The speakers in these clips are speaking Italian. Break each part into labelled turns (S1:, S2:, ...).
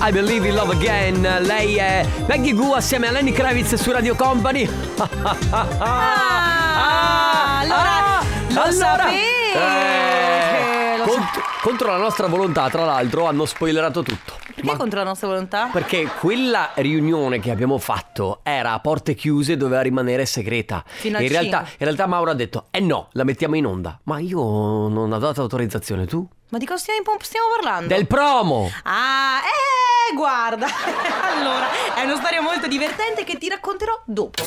S1: I Believe in Love Again. Lei è Maggie Gu assieme a Lenny Kravitz su Radio Company.
S2: Ah, allora lo sapevo.
S1: Eh,
S2: Lo
S1: cont- contro la nostra volontà, tra l'altro, hanno spoilerato tutto.
S2: Perché
S1: Ma-
S2: contro la nostra volontà?
S1: Perché quella riunione che abbiamo fatto era a porte chiuse e doveva rimanere segreta.
S2: Fino
S1: E
S2: al
S1: in, realtà, in
S2: cinque.
S1: realtà Mauro ha detto, eh no, la mettiamo in onda. Ma io non ho dato autorizzazione, tu?
S2: Ma di cosa stiamo, stiamo parlando?
S1: Del promo!
S2: Ah, eh, guarda. allora, è una storia molto divertente che ti racconterò dopo.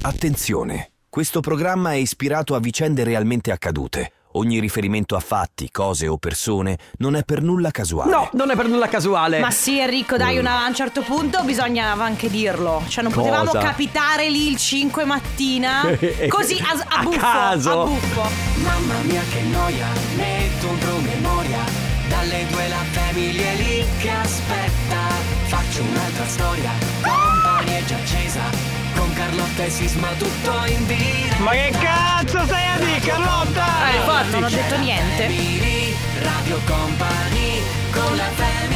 S3: Attenzione, questo programma è ispirato a vicende realmente accadute. Ogni riferimento a fatti, cose o persone non è per nulla casuale.
S1: No, non è per nulla casuale.
S2: Ah. Ma sì, Enrico, dai, una- a un certo punto bisognava anche dirlo. Cioè, non
S1: Cosa?
S2: potevamo capitare lì il 5 mattina.
S1: E-
S2: così a, a
S1: a
S2: buffo.
S1: caso.
S2: A buffo.
S4: Mamma mia che noia, metto un promemoria Dalle due la famiglia è lì che aspetta Faccio un'altra storia, compagnia è già accesa Con Carlotta e Sisma tutto in diretta
S1: Ma che cazzo stai a dire, Carlotta? Eh,
S2: Non ho
S1: infatti.
S2: detto niente.
S4: Family, Radio Company, con la family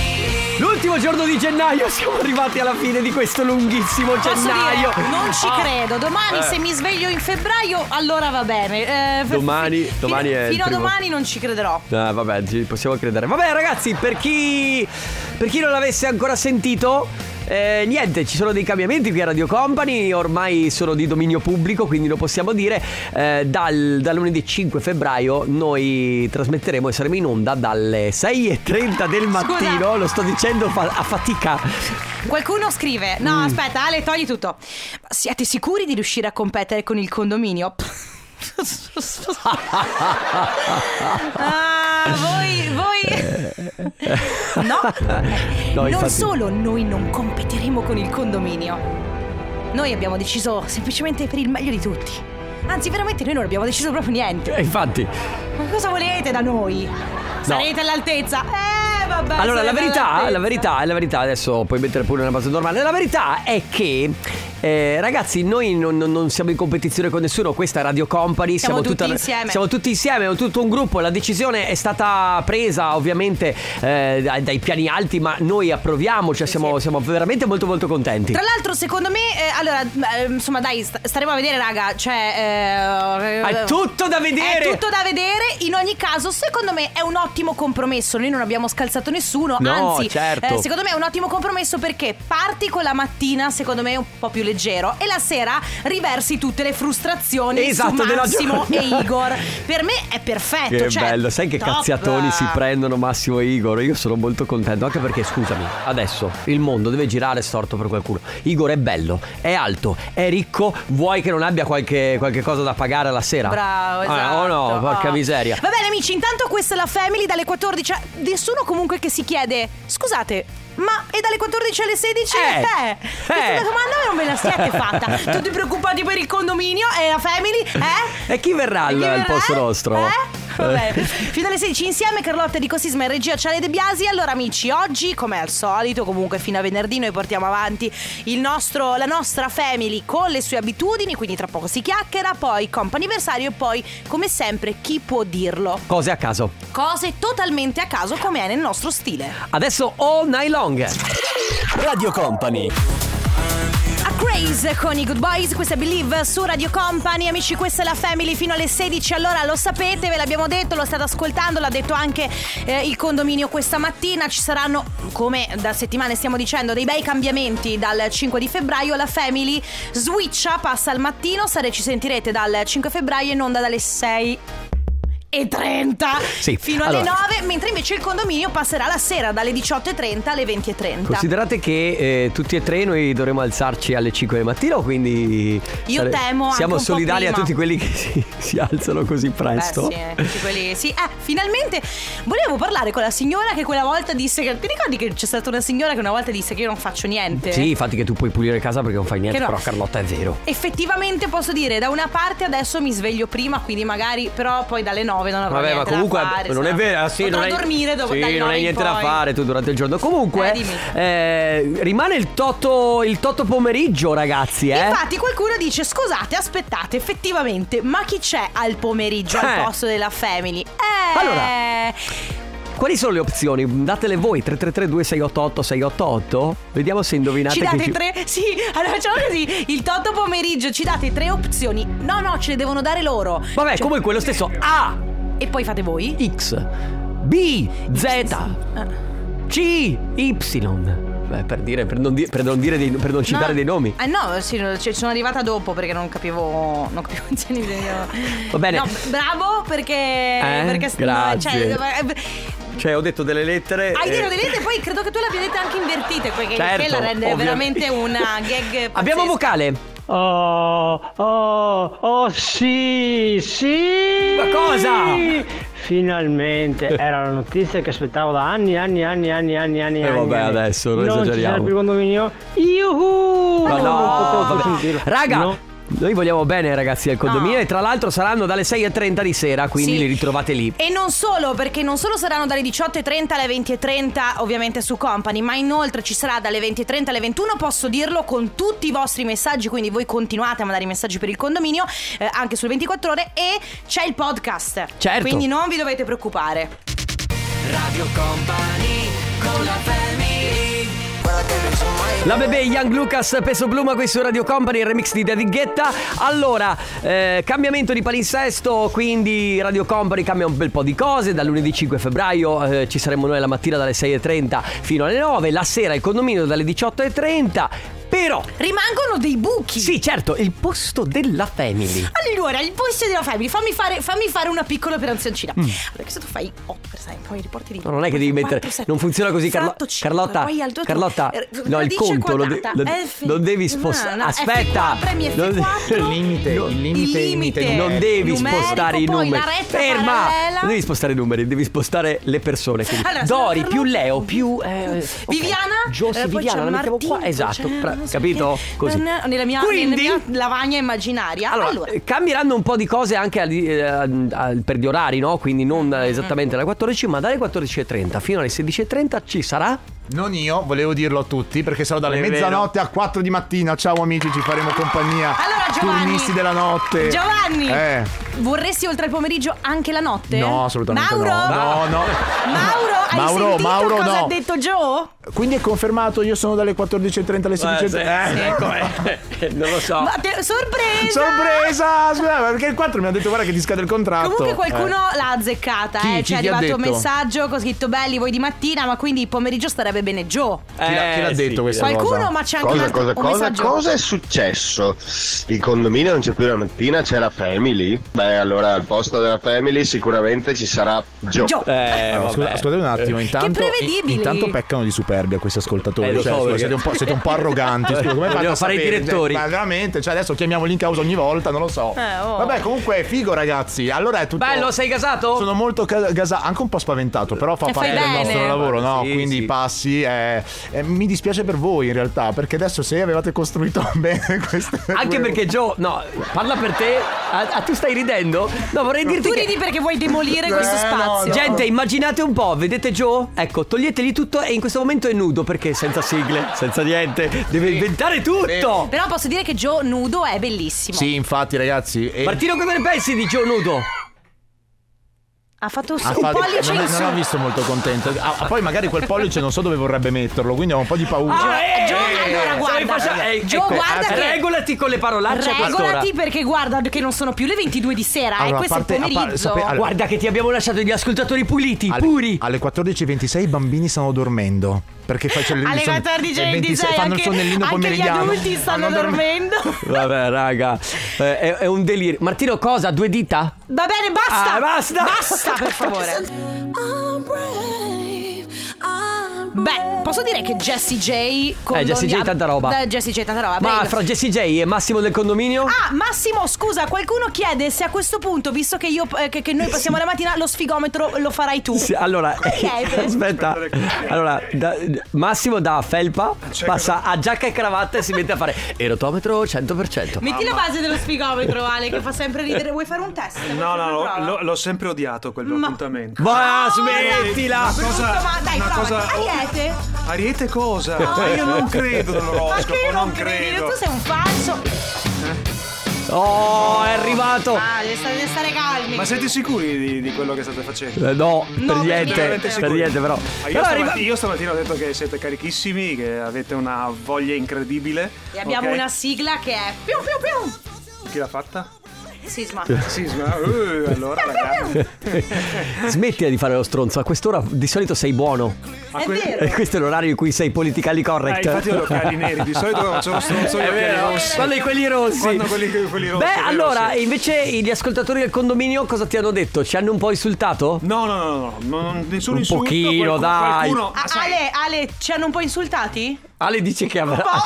S1: L'ultimo giorno di gennaio, siamo arrivati alla fine di questo lunghissimo
S2: Posso
S1: gennaio.
S2: dire, non ci
S1: Ah.
S2: credo. Domani,
S1: Eh.
S2: se mi sveglio in febbraio, allora va bene. Eh, f-
S1: Domani-
S2: fi-
S1: domani è il
S2: Fino a
S1: primo.
S2: domani non ci crederò.
S1: Ah, vabbè, ci possiamo credere. Vabbè, ragazzi, per chi, per chi non l'avesse ancora sentito, eh, niente, ci sono dei cambiamenti qui a Radio Company. Ormai sono di dominio pubblico, quindi lo possiamo dire. Eh, dal, da lunedì 5 febbraio noi trasmetteremo e saremo in onda dalle 6.30 del mattino. Lo sto dicendo fa- a fatica.
S2: Qualcuno scrive:
S1: Mm.
S2: No, aspetta, Ale, togli tutto. Ma Siete sicuri di riuscire a competere con il condominio? ah, voi, voi. no,
S1: No,
S2: non
S1: infatti-
S2: solo noi non competeremo con il condominio. Noi abbiamo deciso semplicemente per il meglio di tutti. Anzi, veramente noi non abbiamo deciso proprio niente.
S1: Eh, infatti,
S2: Ma cosa volete da noi? Sarete all'altezza? Eh, vabbè.
S1: Allora, la
S2: sarete
S1: verità, la
S2: all'altezza.
S1: verità, la verità, adesso puoi mettere pure una base normale. La verità è che. eh, ragazzi, noi non, non- non siamo in competizione con nessuno, questa è Radio Company,
S2: Siamo tutti
S1: tutta-
S2: insieme.
S1: Siamo tutti insieme, è tutto un gruppo, la decisione è stata presa ovviamente eh, dai, dai piani alti, ma noi approviamo, cioè siamo, siamo veramente molto molto contenti.
S2: Tra l'altro, secondo me, eh, allora, eh, insomma, dai, sta- staremo a vedere, raga. Cioè, eh,
S1: È tutto da vedere!
S2: È tutto da vedere. In ogni caso, secondo me è un ottimo compromesso. Noi non abbiamo scalzato nessuno.
S1: No,
S2: anzi,
S1: certo.
S2: eh, secondo me è un ottimo compromesso perché parti con la mattina, secondo me, un po' più leggero. E la sera riversi tutte le frustrazioni
S1: Esatto,
S2: su
S1: della
S2: Massimo e
S1: giornata.
S2: Igor. Per me è perfetto.
S1: Che
S2: cioè,
S1: bello, sai che
S2: top.
S1: cazziatoni si prendono Massimo e Igor? Io sono molto contento, anche perché scusami, adesso il mondo deve girare storto per qualcuno. Igor è bello, è alto, è ricco, vuoi che non abbia qualche, qualche cosa da pagare alla sera?
S2: Bravo, esatto.
S1: Ah, oh no, porca
S2: Ah.
S1: miseria.
S2: Va bene, amici, intanto questa è la Family dalle 14. a- Nessuno comunque che si chiede, scusate, ma è dalle 14 alle 16?
S1: Eh,
S2: eh. Questa
S1: eh.
S2: domanda non ve la siete fatta. Tutti preoccupati per il condominio e la Family, eh?
S1: E chi verrà al,
S2: Chi
S1: al
S2: verrà?
S1: posto nostro?
S2: Eh? Vabbè. Fino alle 16 insieme Carlotta di Cosisma e regia Ciale De Biasi. Allora amici, oggi come al solito, comunque fino a venerdì noi portiamo avanti il nostro, la nostra family con le sue abitudini, quindi tra poco si chiacchiera, poi comp'anniversario e poi come sempre chi può dirlo.
S1: Cose a caso.
S2: Cose totalmente a caso come è nel nostro stile.
S1: Adesso all night long.
S3: Radio Company.
S2: A Craze con i Good Boys, questa è Believe su Radio Company, amici questa è la Family fino alle 16, allora lo sapete, ve l'abbiamo detto, lo state ascoltando, l'ha detto anche eh, il condominio questa mattina, ci saranno come da settimane stiamo dicendo dei bei cambiamenti dal 5 di febbraio, la Family switcha, passa al mattino, sare, ci sentirete dal 5 febbraio in onda dalle 6 e 30
S1: Sì,
S2: fino alle
S1: allora.
S2: 9, mentre invece il condominio passerà la sera dalle 18.30 alle 20.30.
S1: Considerate che eh, tutti e tre noi dovremo alzarci alle 5 del mattino, quindi...
S2: Io temo anche
S1: Siamo
S2: un po'
S1: solidari a
S2: prima.
S1: tutti quelli che si, si alzano così presto.
S2: Beh, sì, eh, tutti quelli- sì. Eh, finalmente volevo parlare con la signora che quella volta disse che. Ti ricordi che c'è stata una signora che una volta disse che io non faccio niente?
S1: Sì, infatti che tu puoi pulire casa perché non fai niente,
S2: Che no.
S1: però Carlotta è vero.
S2: Effettivamente posso dire, da una parte adesso mi sveglio prima, quindi magari, però poi dalle 9 non avrò
S1: Vabbè, ma
S2: niente
S1: comunque
S2: da fare.
S1: non è
S2: sarà-
S1: vero, ah, sì,
S2: Potrò
S1: non hai-
S2: dormire dopo
S1: Sì,
S2: dalle
S1: non
S2: 9
S1: hai
S2: in
S1: niente da
S2: poi.
S1: fare tu durante il giorno. Comunque
S2: Eh, dimmi.
S1: eh, rimane il toto il toto pomeriggio, ragazzi, eh.
S2: Infatti qualcuno dice scusate, aspettate, effettivamente, ma chi c'è al pomeriggio
S1: Eh.
S2: al posto della family? Eh
S1: Allora. Quali sono le opzioni? Datele voi 333-2688-688 Vediamo se indovinate
S2: Ci
S1: chi
S2: date tre. Sì, allora facciamo così. Il toto pomeriggio ci date tre opzioni. No, no, ce le devono dare loro.
S1: Vabbè
S2: Cioè-
S1: comunque lo stesso A
S2: E poi fate voi. Ah.
S1: X B Z C Y Beh, per dire, per non, di- per non dire dei- per non citare
S2: No.
S1: dei nomi
S2: Eh no, sì, no, ci- sono arrivata dopo perché non capivo. Non capivo il genere. io-
S1: Va bene. Eh,
S2: No, bravo perché. perché
S1: Grazie.
S2: Cioè, eh,
S1: Cioè ho detto delle lettere
S2: hai
S1: eh,
S2: detto delle lettere, poi credo che tu le abbia dette anche invertite. Perché
S1: Certo,
S2: che la rende
S1: ovviamente.
S2: veramente una gag.
S1: Abbiamo
S2: pazzesca.
S1: vocale
S5: Oh, oh, oh sì, sì!
S1: Ma cosa?
S5: Finalmente, era la notizia che aspettavo da anni, anni, anni, anni, anni, anni.
S1: Eh,
S5: anni,
S1: vabbè,
S5: anni.
S1: adesso non
S5: non ci
S1: esageriamo.
S5: sarà più il condominio. Yuhu!
S1: Ma no,
S5: non potevo
S1: vabbè.
S5: sentirlo.
S1: Raga,
S5: No.
S1: noi vogliamo bene ai ragazzi del condominio
S2: No.
S1: e tra l'altro saranno dalle 6.30 di sera, quindi
S2: Sì.
S1: li ritrovate lì.
S2: E non solo, perché non solo saranno dalle 18.30 alle 20.30 ovviamente su Company, ma inoltre ci sarà dalle 20.30 alle 21, posso dirlo con tutti i vostri messaggi, quindi voi continuate a mandare i messaggi per il condominio, eh, anche sul 24 ore, e c'è il podcast.
S1: Certo.
S2: Quindi non vi dovete preoccupare.
S1: La bebè Young Lucas, Peso Pluma qui su Radio Company, il remix di David Guetta. Allora, eh, cambiamento di palinsesto, quindi Radio Company cambia un bel po' di cose. Dal lunedì 5 febbraio eh, ci saremo noi la mattina dalle 6.30 fino alle 9, la sera il condominio dalle 18.30. Però,
S2: Rimangono dei buchi.
S1: sì certo, il posto della family.
S2: Allora, il posto della family, fammi fare, fammi fare una piccola operazione. Allora, che se tu fai 8 per esempio, poi riporti lì.
S1: Mm. No, non è che devi mettere. non funziona così, Carlo- Carlotta. Carlotta,
S2: Eh,
S1: no, il conto lo de- lo- non devi spostare. Aspetta, non-
S2: il limite, il limite,
S1: non devi
S2: numerico,
S1: spostare i
S2: poi
S1: numeri.
S2: La retta
S1: Ferma!
S2: parallela.
S1: Non devi spostare i numeri, devi spostare le persone. quindi
S2: Allora, sono
S1: Dori
S2: Carlotta.
S1: più Leo più. eh, ok.
S2: Viviana,
S1: Giossi,
S2: eh, poi
S1: Viviana, la
S2: c'è
S1: mettiamo
S2: Martin,
S1: qua.
S2: poi
S1: Esatto,
S2: c'è
S1: pra-
S2: non so
S1: capito?
S2: che-
S1: Così.
S2: Nella mia,
S1: Quindi,
S2: nella mia lavagna immaginaria.
S1: allora,
S2: allora
S1: eh, cambieranno un po' di cose anche al- eh, al- per gli orari, no? Quindi
S2: Mm,
S1: non esattamente alle 14, ma dalle 14.30 fino alle 16.30 ci sarà
S6: Non io, volevo dirlo a tutti perché sarò dalle
S1: È vero.
S6: mezzanotte a 4 di mattina. Ciao amici, ci faremo compagnia.
S2: Allora Giovanni
S6: Turnisti della notte.
S2: Giovanni
S6: Eh.
S2: Vorresti oltre il pomeriggio anche la notte?
S6: No, assolutamente
S2: Mauro?
S6: no. No, no.
S2: Mauro, hai
S6: Mauro,
S2: sentito
S6: Mauro,
S2: cosa
S6: no.
S2: ha detto Joe?
S6: Quindi è confermato, io sono dalle 14.30 alle 16.30.
S1: Eh, ecco, non lo so.
S2: Ma te- sorpresa!
S6: Eh, Sorpresa! Scusa, ma perché il 4 mi ha detto guarda che ti scade il contratto.
S2: Comunque qualcuno l'ha
S6: Esatto.
S2: azzeccata,
S6: Chi?
S2: eh.
S6: Chi
S2: Ci è
S6: ti ha
S2: arrivato un
S6: detto?
S2: messaggio con scritto belli voi di mattina, ma quindi il pomeriggio starebbe bene Joe.
S6: Eh, chi l'ha, chi l'ha detto questa
S2: Qualcuno,
S6: cosa?
S2: ma c'è anche un
S7: Cosa,
S2: altro-
S7: cosa,
S2: un
S7: cosa,
S2: messaggio.
S7: cosa è successo? Il condominio non c'è più la mattina, c'è la family. Beh, allora al posto della family sicuramente ci sarà Joe.
S2: Joe.
S1: Eh,
S6: Allora, scusa-
S1: vabbè.
S6: ascoltate un attimo, intanto,
S2: prevedibili.
S6: intanto peccano di superbia questi ascoltatori.
S1: Eh, lo
S6: cioè,
S1: so,
S6: scusa,
S1: perché-
S6: siete, un po', siete un po' arroganti. scusa, come fate
S1: Vogliamo
S6: a
S1: fare i
S6: sapere?
S1: direttori.
S6: Cioè, ma veramente, cioè, adesso chiamiamoli in causa ogni volta, non lo so.
S2: Eh, oh.
S6: Vabbè, comunque è figo, ragazzi. Allora è tutto.
S1: Bello, sei casato?
S6: Sono molto ca- gasato, anche un po' spaventato, però fa
S2: Eh, fai
S6: parte del
S2: bene.
S6: nostro lavoro, no?
S1: Sì,
S6: Quindi
S1: sì.
S6: i passi. eh, eh, mi dispiace per voi in realtà, perché adesso se avevate costruito bene queste.
S1: Anche
S6: due-
S1: perché Joe, no, parla per te. Ah, ah, tu stai ridendo? No, vorrei dirti
S2: Tu
S1: che
S2: ridi perché vuoi demolire
S6: Eh,
S2: questo
S6: no,
S2: spazio.
S6: no.
S1: Gente, immaginate un po', vedete Joe? Ecco, toglietegli tutto e in questo momento è nudo perché senza sigle, senza niente, deve inventare tutto.
S2: Però posso dire che Joe nudo è bellissimo.
S6: Sì, infatti, ragazzi. e-
S1: Martino, cosa ne pensi di Joe nudo?
S2: Ha fatto un,
S6: Ha
S2: un
S6: fatto-
S2: pollice
S6: Ah, non,
S2: in
S6: non
S2: su.
S6: l'ho visto molto contento. Ah, poi magari quel pollice non so dove vorrebbe metterlo, quindi ho un po' di paura.
S2: eh, Joe, allora,
S1: se
S2: guarda.
S1: le faccia- eh,
S2: Joe, guarda che-
S1: Regolati con le parolacce a quest'ora.
S2: Regolati perché guarda che non sono più le 22 di sera, eh,
S6: Allora,
S2: questo
S6: parte-
S2: è
S6: a
S2: il
S6: par-
S2: pomeriggio.
S6: sape- allora,
S1: Guarda che ti abbiamo lasciato gli ascoltatori puliti,
S6: Alle-
S1: puri.
S6: Alle 14.26 i bambini stanno dormendo. Perché facciano il
S2: alle
S6: sonno-
S2: 14.26
S6: eh, fanno il
S2: anche,
S6: sonnellino
S2: anche gli
S6: pomeridiano.
S2: adulti stanno dormendo.
S1: Vabbè, raga, eh, è, è un delirio. Martino, cosa? Due dita?
S2: Va bene, basta!
S1: Ah, basta!
S2: Basta, per favore! Beh, posso dire che Jessie J con
S1: Eh, Jessie J
S2: Don-
S1: tanta roba.
S2: Eh, Jessie J tanta roba.
S1: Ma
S2: prego.
S1: fra Jesse J e Massimo del condominio?
S2: Ah, Massimo, scusa, qualcuno chiede se a questo punto, visto che, io, eh, che, che noi passiamo la mattina, lo sfigometro lo farai tu.
S1: Sì, allora,
S2: chiede?
S1: aspetta. Allora, da- Massimo da felpa passa a giacca e cravatta e si mette a fare erotometro 100%.
S2: Metti la base dello sfigometro, Ale, che fa sempre ridere. Vuoi fare un test? Vuoi
S8: No, no,
S2: fare una
S8: no,
S2: prova?
S8: lo- l'ho sempre odiato quel
S2: Ma-
S8: appuntamento.
S1: Ma
S2: No,
S1: smettila!
S2: brutto, ma dai,
S8: una
S2: prova.
S8: cosa-
S2: Ariete?
S8: Ariete cosa? Ma io non credo
S2: Ma che
S8: nell'oroscopo,
S2: non
S8: non
S2: credi?
S8: credo.
S2: Tu sei un falso.
S1: Oh, è arrivato!
S2: Ah, devi stare, devi stare calmi.
S8: Ma siete sicuri di, di quello che state facendo?
S1: Eh, No, per
S2: per
S1: niente,
S8: Veramente
S2: niente.
S1: per
S8: sicuri?
S1: niente però.
S8: Ah, Io,
S1: Però
S8: stamattina,
S1: arriva-
S8: io stamattina ho detto che siete carichissimi, che avete una voglia incredibile.
S2: E abbiamo
S8: ok?
S2: una sigla che è più più più.
S8: Chi l'ha fatta?
S2: Sisma.
S8: Sisma. eh, allora, ragazzi.
S1: Smettila di fare lo stronzo, a quest'ora di solito sei buono.
S8: Ma
S2: È
S8: que-
S2: vero.
S1: E questo è l'orario in cui sei politically
S8: Eh,
S1: correct.
S8: infatti ho gli occhiali neri, di solito quando c'è lo stronzo gli occhiali rossi.
S1: Quando quelli rossi.
S8: Quando quelli- quelli rossi,
S1: Beh,
S8: quelli
S1: allora,
S8: rossi.
S1: invece gli ascoltatori del condominio cosa ti hanno detto? Ci hanno un po' insultato?
S8: No, no, no, no, no, non- nessun
S1: Un
S8: insulto.
S1: pochino,
S8: qualcuno,
S1: dai.
S8: Qualcuno,
S2: Ah,
S8: ma sai,
S2: Ale, Ale, ci hanno un po' insultati?
S1: Ale dice che avrà,
S8: Ah,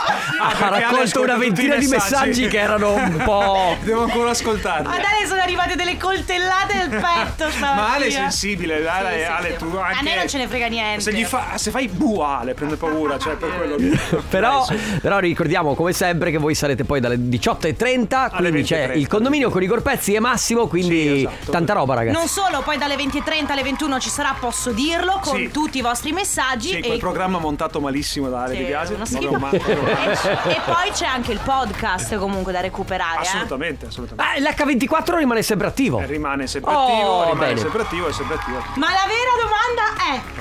S8: perché
S1: ha
S8: Ale
S1: raccolto una
S8: ascolta tutti i
S1: ventina di
S8: messaggi.
S1: messaggi che erano un po'.
S8: Devo ancora ascoltarli.
S2: Ad Ale sono arrivate delle coltellate nel petto stamattina.
S8: Ma Ale è sensibile, Ale,
S2: sì,
S8: Ale
S2: sì.
S8: tu
S2: A
S8: anche...
S2: me non ce ne frega niente.
S8: Se, gli fa, se fai bua Ale prende paura, cioè per quello che...
S1: Però,
S8: Dai, su.
S1: però ricordiamo come sempre che voi sarete poi dalle 18.30
S8: Alle
S1: Quindi c'è
S8: 20:30.
S1: il condominio con Igor Pezzi e Massimo Quindi
S8: Sì, esatto.
S1: tanta roba ragazzi
S2: Non solo, poi dalle 20.30 alle 21 ci sarà, posso dirlo, con
S8: Sì.
S2: tutti i vostri messaggi.
S8: Sì, quel programma montato malissimo da Ale
S2: Sì,
S8: Di Biasi.
S2: una
S8: No,
S2: schifo. Eh,
S8: no, ma-
S2: e poi c'è anche il podcast comunque da recuperare. eh.
S8: Assolutamente, assolutamente.
S1: Ah, l'H24 rimane sempre attivo
S2: Ah.
S8: Eh, Rimane sempre
S1: Oh,
S8: attivo, rimane
S1: bene.
S8: sempre attivo, è sempre attivo.
S2: Ma la vera domanda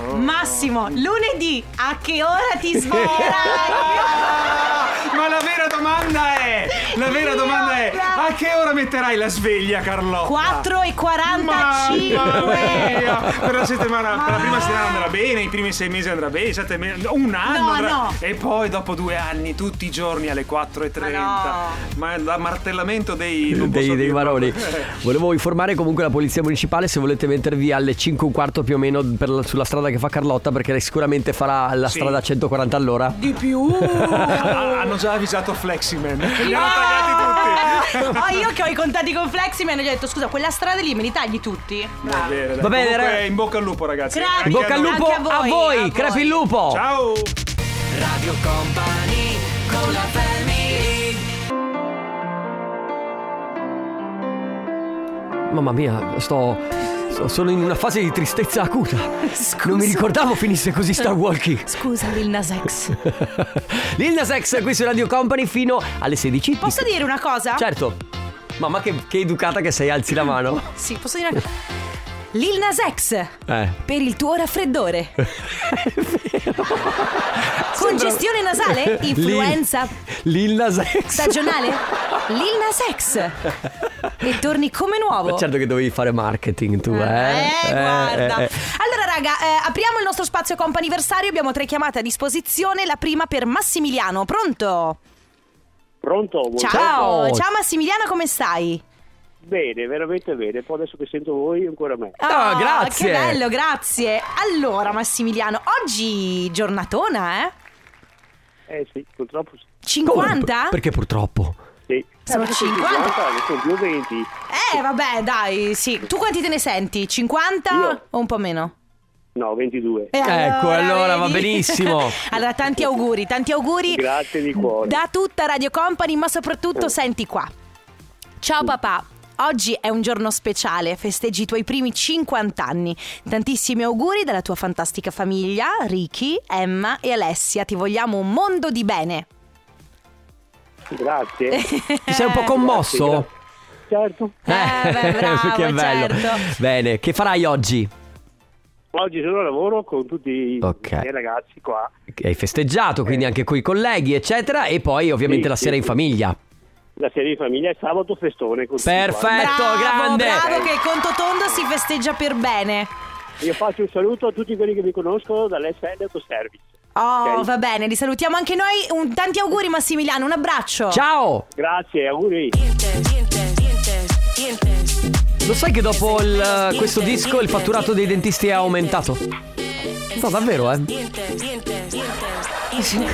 S8: Oh.
S2: è, Massimo, lunedì a che ora ti sveglierai?
S8: Ma la vera domanda è, la vera domanda è, a che ora metterai la sveglia Carlotta?
S2: 4 e 45.
S8: Mamma mia! Per la settimana, per la prima
S2: Ah.
S8: settimana andrà bene, i primi sei mesi andrà bene, i sette mesi, un anno
S2: No,
S8: andrà-
S2: no.
S8: E poi dopo due anni, tutti i giorni alle 4.30.
S2: Ma no.
S8: Ma da martellamento dei... non
S1: dei,
S8: posso
S1: dei
S8: dirlo.
S1: maroni
S8: Eh,
S1: volevo informare comunque la polizia municipale se volete mettervi alle 5 e un quarto più o meno per la- sulla strada che fa Carlotta perché lei sicuramente farà la
S8: Sì.
S1: strada a 140 all'ora
S2: Di più.
S8: ah, hanno già avvisato Fleximan. Li hanno tagliati tutti.
S2: Ah, io che ho i contatti con Flexi mi hanno detto scusa quella strada lì me li tagli tutti
S8: Va bene, dai.
S1: Va bene,
S8: Comunque,
S1: ragazzi.
S8: in bocca al lupo, ragazzi.
S2: Grazie.
S8: Anche
S1: in bocca
S8: a
S1: al
S8: noi.
S1: lupo
S2: anche a
S1: a
S2: voi,
S1: voi,
S2: a voi.
S1: crepi il lupo
S8: Ciao.
S1: mamma mia sto, sto- sono in una fase di tristezza acuta non mi ricordavo finisse così Star Walking
S2: scusa Lil Nas X
S1: Lil Nas X qui su Radio Company fino alle 16
S2: posso dire una cosa?
S1: certo mamma che, che educata che sei alzi la mano
S2: sì posso dire una cosa Lil Nas X
S1: eh
S2: per il tuo raffreddore congestione nasale influenza
S1: Lil Lil Nas X
S2: stagionale Lil Nas X e torni come nuovo
S1: Ma certo che dovevi fare marketing tu, eh?
S2: Eh, guarda.
S1: eh, eh.
S2: Allora, raga, eh, apriamo il nostro spazio comp anniversario. Abbiamo tre chiamate a disposizione. La prima per Massimiliano. Pronto?
S9: Pronto?
S2: Ciao.
S1: Ciao.
S2: Ciao, Massimiliano, come stai?
S9: Bene, veramente bene. Poi adesso che sento voi, ancora me.
S1: Ah, grazie.
S2: Che bello, grazie. Allora, Massimiliano, oggi giornatona, eh?
S9: Eh sì, purtroppo sì.
S1: Come?
S2: 50?
S1: Perché purtroppo.
S9: sì.
S2: Sono
S9: Eh, ma
S2: 50.
S9: ne sono più 20.
S2: Eh, vabbè, dai, sì. Tu quanti te ne senti? 50
S9: Io.
S2: o un po' meno?
S9: No, 22.
S2: Eh,
S1: Ecco, allora va
S2: vedi?
S1: benissimo.
S2: allora, tanti auguri, tanti auguri.
S9: Grazie di cuore. Eh.
S2: Da tutta Radio Company, ma soprattutto senti qua. Ciao papà. Oggi è un giorno speciale, festeggi i tuoi primi 50 anni. Tantissimi auguri dalla tua fantastica famiglia, Ricky, Emma e Alessia. Ti vogliamo un mondo di bene.
S9: Grazie.
S1: Ti sei un po' commosso?
S9: certo.
S2: Eh, beh, bravo,
S1: che bello.
S2: certo.
S1: Bene, che farai oggi?
S9: Oggi sono a lavoro con tutti i
S1: Ok.
S9: i miei ragazzi qua.
S1: Che Hai festeggiato, quindi anche con i colleghi, eccetera, e poi ovviamente
S9: Sì,
S1: la
S9: sì,
S1: sera in
S9: sì.
S1: famiglia.
S9: La serie di famiglia è sabato festone con tutti
S1: Perfetto,
S2: bravo,
S1: Ecco, grande.
S2: bravo che Conto Tondo si festeggia per bene.
S9: quanti. Io faccio un saluto a tutti quelli che mi conoscono dall'SL Autoservice.
S2: Oh,
S9: Ok.
S2: va bene, li salutiamo anche noi. Un- tanti auguri Massimiliano, un abbraccio.
S1: Ciao!
S9: Grazie, auguri.
S1: Lo sai che dopo il- questo disco il fatturato dei dentisti è aumentato? No, davvero, eh?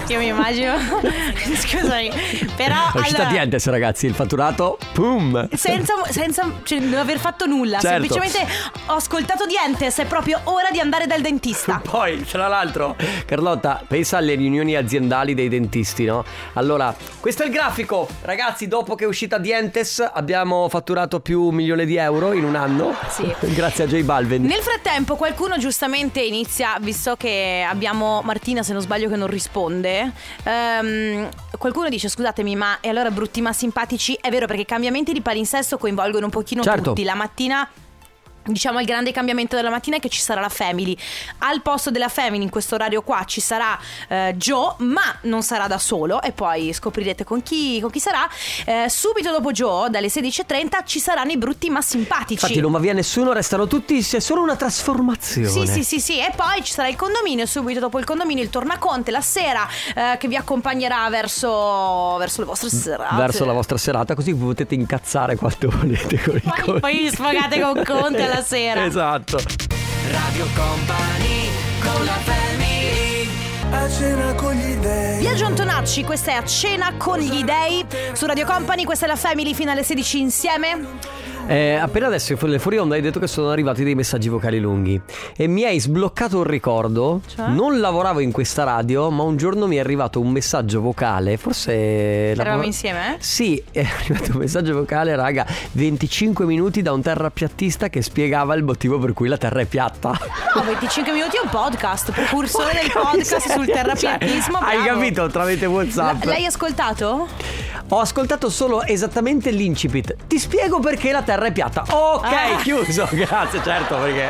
S2: Io mi immagino. Scusami, però.
S1: È uscita
S2: allora,
S1: di Entes, ragazzi, il fatturato. Boom!
S2: senza, senza cioè, non aver fatto nulla,
S1: Certo.
S2: semplicemente ho ascoltato Dientes, è proprio ora di andare dal dentista.
S1: Poi, tra l'altro, Carlotta, pensa alle riunioni aziendali dei dentisti, no? Allora, questo è il grafico. Ragazzi, dopo che è uscita Dientes abbiamo fatturato più un milione di euro in un anno.
S2: Sì.
S1: Grazie a J Balvin.
S2: Nel frattempo qualcuno giustamente inizia, visto che abbiamo Martina se non sbaglio che non risponde, ehm, qualcuno dice scusatemi ma e allora brutti ma simpatici, è vero perché i cambiamenti di palinsesto coinvolgono un pochino
S1: Certo.
S2: tutti, la mattina... Diciamo il grande cambiamento della mattina è che ci sarà la family. Al posto della family in questo orario qua ci sarà eh, Joe, ma non sarà da solo e poi scoprirete con chi, con chi sarà. Eh, subito dopo Joe, dalle 16.30, ci saranno i brutti ma simpatici.
S1: Infatti non va via nessuno, restano tutti, c'è solo una trasformazione.
S2: Sì, sì, sì, sì, e poi ci sarà il condominio, subito dopo il condominio il tornaconte la sera eh, che vi accompagnerà verso, verso le vostre serate.
S1: Mm, Verso la vostra serata, così vi potete incazzare quanto volete con i
S2: Poi,
S1: conti.
S2: poi vi sfogate con Conte la sera.
S1: Esatto.
S2: Viaggio Antonacci, questa è a cena con gli dei su Radio Company, questa è la Family fino alle 16 insieme.
S1: Eh, appena adesso fu- le fuori onda hai detto che sono arrivati dei messaggi vocali lunghi e mi hai sbloccato un ricordo.
S2: Cioè?
S1: Non lavoravo in questa radio, ma un giorno mi è arrivato un messaggio vocale, forse
S2: Eravamo
S1: lavora-
S2: insieme, eh?
S1: Sì, è arrivato un messaggio vocale, raga, 25 minuti da un terrapiattista che spiegava il motivo per cui la terra è piatta.
S2: No, 25 minuti è un podcast, precursore del
S1: Porca
S2: podcast
S1: miseria.
S2: sul terrapiattismo.
S1: Cioè, hai
S2: bravo.
S1: capito tramite WhatsApp.
S2: L- l'hai ascoltato?
S1: Ho ascoltato solo esattamente l'incipit. Ti spiego perché la terra è piatta. Ok,
S2: Ah.
S1: chiuso. Grazie, certo, perché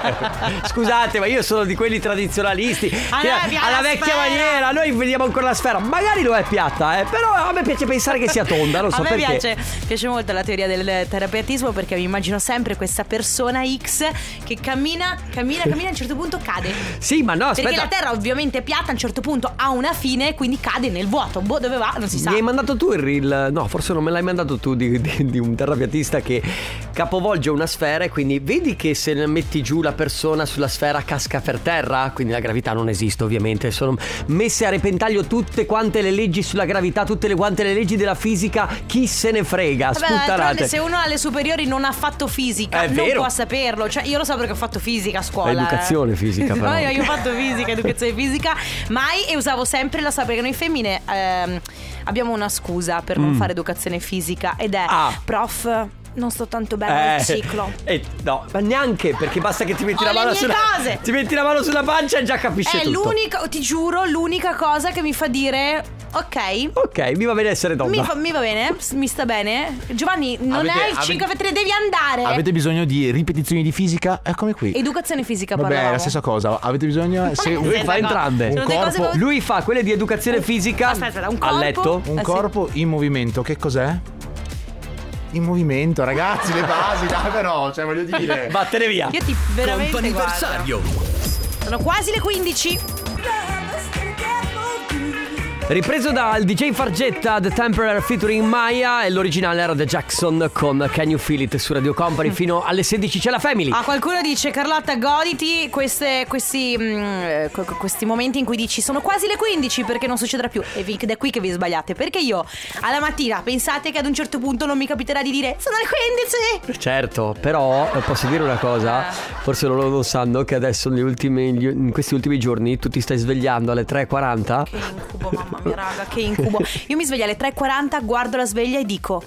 S1: Scusate, ma io sono di quelli tradizionalisti.
S2: A
S1: che-
S2: noi piace
S1: alla
S2: la
S1: vecchia
S2: sfera.
S1: maniera, noi vediamo ancora la sfera. Magari lo è piatta, eh, però a me piace pensare che sia tonda, non so
S2: a me
S1: perché.
S2: piace, piace molto la teoria del terapeutismo perché mi immagino sempre questa persona X che cammina, cammina, cammina, a un certo punto cade.
S1: Sì, ma no, aspetta.
S2: Perché la Terra ovviamente è piatta, a un certo punto ha una fine, quindi cade nel vuoto. Boh, dove va? Non si sa.
S1: Mi hai mandato tu il reel? No, forse non me l'hai mandato tu di, di- di un terrapiatista che capovolge una sfera e quindi vedi che se ne metti giù la persona sulla sfera casca per terra, quindi la gravità non esiste ovviamente, sono messe a repentaglio tutte quante le leggi sulla gravità, tutte le quante le leggi della fisica, chi se ne frega,
S2: Vabbè, d'altronde
S1: sputtanate.
S2: se uno alle superiori non ha fatto fisica,
S1: Eh, È
S2: non
S1: vero.
S2: può saperlo. Cioè, io lo so perché ho fatto fisica a scuola. eh.
S1: È educazione fisica, però.
S2: No, io, io ho fatto fisica, educazione fisica, mai e usavo sempre la so perché noi femmine ehm, abbiamo una scusa per non fare educazione fisica ed è
S1: Mm. Ah.
S2: prof. Non sto tanto bene al
S1: Eh,
S2: ciclo.
S1: eh, no, ma neanche perché basta che ti metti
S2: Ho
S1: la
S2: le
S1: mano
S2: mie
S1: sulla
S2: cose.
S1: Ti metti la mano sulla pancia e già capisci
S2: È
S1: tutto.
S2: l'unica, ti giuro, l'unica cosa che mi fa dire ok.
S1: Ok, mi va bene essere donna.
S2: Mi, fa- mi va bene, mi sta bene. Giovanni, non
S6: Avete-
S2: è il
S6: avete-
S2: 5 per 3, devi andare.
S6: Avete bisogno di ripetizioni di fisica? Eccomi qui.
S2: Educazione fisica
S6: Vabbè, è
S2: parlavamo.
S6: la stessa cosa. Avete bisogno. Se
S2: non è
S1: Lui
S2: Sì,
S1: fa
S2: no.
S1: entrambe.
S2: Sono
S6: Un
S2: due cose
S6: corpo-
S2: che-
S1: Lui fa quelle di educazione fisica
S2: Aspetta, aspetta, un
S1: a
S2: corpo.
S1: letto.
S2: Eh,
S6: Un
S2: sì.
S6: corpo in movimento, che cos'è? In movimento, ragazzi, le basi, dai, però, cioè, voglio dire.
S1: Vattene via.
S2: Io ti veramente guardo. Sono quasi le 15.
S1: Ripreso dal DJ Fargetta The Temporary featuring Maya e l'originale era The Jackson con Can You Feel It su Radio Company fino alle 16 c'è la Family.
S2: Mm. Ah, qualcuno dice Carlotta goditi queste- questi, mm, eh, que- questi momenti in cui dici sono quasi le 15 perché non succederà più. E vi- ed è qui che vi sbagliate. Perché io alla mattina pensate che ad un certo punto non mi capiterà di dire sono le 15.
S1: Certo, però eh, posso dire una cosa, forse loro non sanno che adesso negli ultimi- gli- in questi ultimi giorni tu ti stai svegliando alle 3:40.
S2: Che incubo, mamma mia raga, che incubo. Io mi sveglio alle 3.40, guardo la sveglia e dico...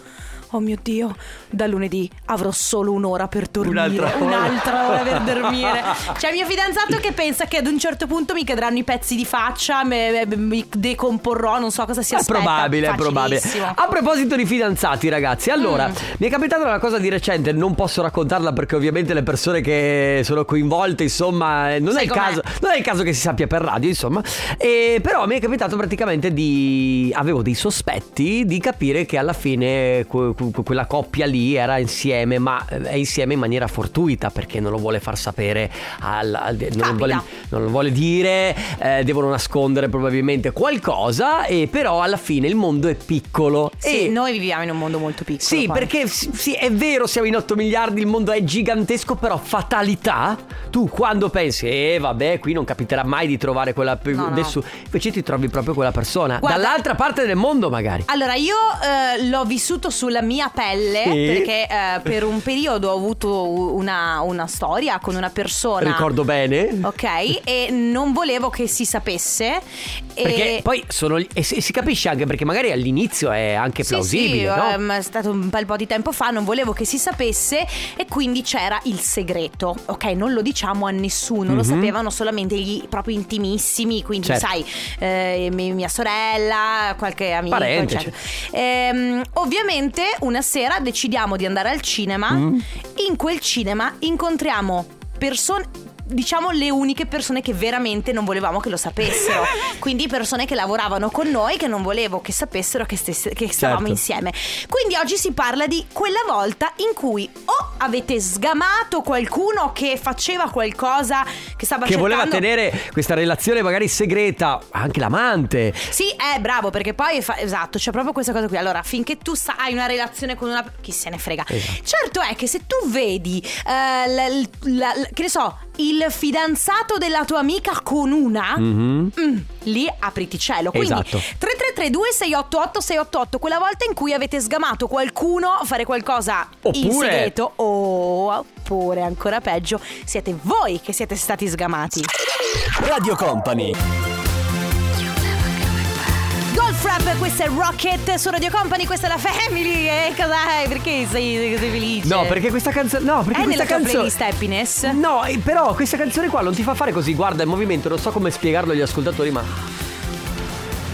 S2: Oh mio Dio, da lunedì avrò solo un'ora per dormire.
S1: Un'altra ora.
S2: un'altra ora per dormire. C'è mio fidanzato che pensa che ad un certo punto mi cadranno i pezzi di faccia, me- me- mi decomporrò, non so cosa sia
S1: È probabile, è probabile.
S2: Facilissimo. Ah, Mm.
S1: A proposito di fidanzati, ragazzi, allora mi è capitata una cosa di recente, non posso raccontarla perché ovviamente le persone che sono coinvolte, insomma, eh, non, è
S2: Sai
S1: il
S2: com'è.
S1: caso, non è il caso che si sappia per radio, insomma. E, però mi è capitato praticamente di. avevo dei sospetti di capire che alla fine que- que- quella coppia lì era insieme, ma eh, è insieme in maniera fortuita perché non lo vuole far sapere al- al- non, lo vuole, non lo vuole dire, eh, devono nascondere probabilmente qualcosa, e però alla fine il mondo è piccolo.
S2: Sì,
S1: e
S2: noi viviamo in un mondo molto piccolo.
S1: sì,
S2: poi.
S1: perché s- sì, è vero, siamo in 8 miliardi, il mondo è gigantesco, però fatalità, tu quando pensi, eh vabbè, qui non capiterà mai di trovare quella... pe-
S2: No, no.
S1: nessu-", invece ti trovi proprio quella persona,
S2: Guarda-
S1: dall'altra parte del mondo magari.
S2: Allora, io eh, l'ho vissuto sulla mia pelle
S1: Sì.
S2: perché eh, per un periodo ho avuto u- una, una storia con una persona.
S1: Ricordo bene.
S2: Ok, e non volevo che si sapesse. e-
S1: Perché poi sono. gli- E si, si capisce anche perché magari all'inizio è anche
S2: Sì,
S1: plausibile,
S2: sì,
S1: no?
S2: ehm, è stato un bel po' di tempo fa, non volevo che si sapesse e quindi c'era il segreto. Ok, non lo diciamo a nessuno, lo sapevano solamente gli proprio intimissimi, quindi
S1: Mhm. Certo.
S2: sai, eh, mi- mia sorella, qualche amico.
S1: Parente,
S2: eccetera. Ehm, ovviamente una sera decidiamo di andare al cinema,
S1: Mm.
S2: in quel cinema incontriamo persone... Diciamo le uniche persone che veramente non volevamo che lo sapessero. Quindi persone che lavoravano con noi che non volevo che sapessero che, stesse- che stavamo
S1: Certo.
S2: insieme. Quindi oggi si parla di quella volta in cui o avete sgamato qualcuno che faceva qualcosa che stava
S1: Che voleva
S2: cercando-
S1: tenere questa relazione magari segreta, anche l'amante.
S2: Sì, è bravo, perché poi fa- esatto, c'è proprio questa cosa qui. Allora, finché tu sa- hai una relazione con una chi se ne frega.
S1: Esatto.
S2: Certo è che se tu vedi eh, l- l- la- l- che ne so, il fidanzato della tua amica con una mm, lì apriti cielo. Quindi
S1: Mhm. Esatto.
S2: 3332 688 688 quella volta in cui avete sgamato qualcuno a fare qualcosa in
S1: Oppure-
S2: segreto o oppure ancora peggio, siete voi che siete stati sgamati.
S3: Radio Company.
S2: Golf Rap, questo è Rocket su Radio Company, questa è la Family. Eh, cos'hai? Perché sei così felice?
S1: No, perché questa canzone. No, perché
S2: È
S1: questa
S2: nella tua
S1: canzone.
S2: playlist Happiness?
S1: No, eh, però questa canzone qua non ti fa fare così. Guarda il movimento, non so come spiegarlo agli ascoltatori, ma.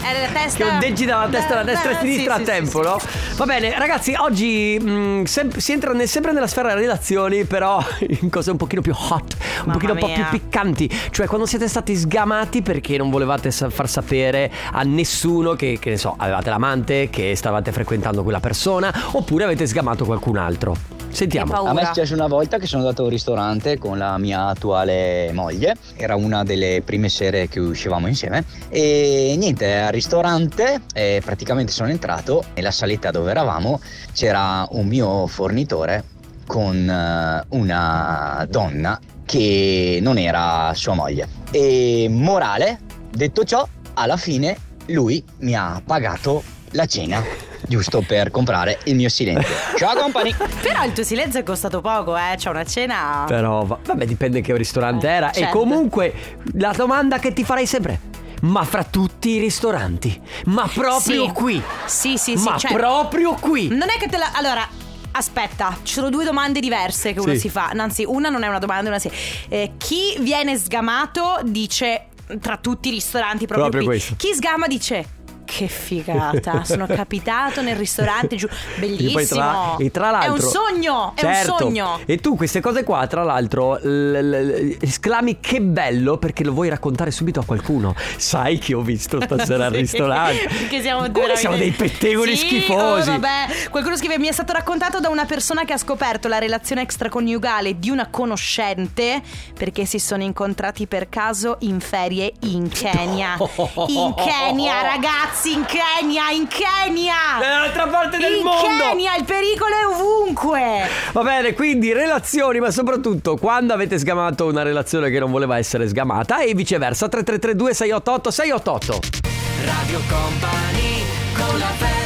S2: È nella testa.
S1: Che ondeggi dalla destra alla destra e a
S2: Sì,
S1: sinistra
S2: Eh, sì,
S1: a
S2: sì,
S1: tempo,
S2: sì.
S1: no? Va bene, ragazzi, oggi mh, sem- si entra ne- sempre nella sfera delle relazioni, però in cose un pochino più hot, un
S2: Mamma
S1: pochino un po' più
S2: mia.
S1: piccanti. Cioè, quando siete stati sgamati perché non volevate sa- far sapere a nessuno che, che ne so, avevate l'amante, che stavate frequentando quella persona, oppure avete sgamato qualcun altro.
S2: Che
S1: Sentiamo.
S2: paura.
S10: A me è successo una volta che sono andato a un ristorante con la mia attuale moglie, era una delle prime sere che uscivamo insieme e niente, al ristorante eh, praticamente sono entrato nella saletta dove eravamo c'era un mio fornitore con eh, una donna che non era sua moglie e morale, detto ciò, alla fine lui mi ha pagato la cena giusto per comprare il mio silenzio. Ciao company!
S2: Però il tuo silenzio è costato poco, eh? C'è una cena.
S1: Però va- vabbè, dipende che ristorante
S2: Eh,
S1: era. E
S2: certo.
S1: comunque, la domanda che ti farei sempre. Ma fra tutti i ristoranti, ma proprio
S2: Sì.
S1: qui.
S2: Sì, sì, sì.
S1: Ma
S2: cioè,
S1: proprio qui.
S2: Non è che te la. Allora. Aspetta, ci sono due domande diverse che uno
S1: Sì.
S2: si fa. Anzi, una non è una domanda, una sì. Eh, chi viene sgamato dice tra tutti i ristoranti proprio,
S1: Proprio
S2: qui.
S1: questo.
S2: Chi sgama dice che figata, sono capitato nel ristorante giù,
S1: E poi
S2: bellissimo.
S1: tra, e tra l'altro,
S2: è un sogno, è un
S1: Certo.
S2: sogno.
S1: E tu queste cose qua, tra l'altro, l- l- l- esclami che bello perché lo vuoi raccontare subito a qualcuno. Sai che ho visto stasera al
S2: Sì,
S1: ristorante.
S2: Perché siamo
S1: Come
S2: veramente-
S1: siamo dei pettegoli
S2: Sì,
S1: schifosi.
S2: oh, vabbè. Qualcuno scrive: Mi è stato raccontato da una persona che ha scoperto la relazione extraconiugale di una conoscente perché si sono incontrati per caso in ferie in Kenya. In Kenya, ragazzi, in Kenya, in Kenya.
S1: Dall'altra parte del
S2: in
S1: mondo.
S2: Kenya il pericolo è ovunque.
S1: Va bene, quindi relazioni, ma soprattutto quando avete sgamato una relazione che non voleva essere sgamata e viceversa 3332 688 688.
S4: Radio Company con la family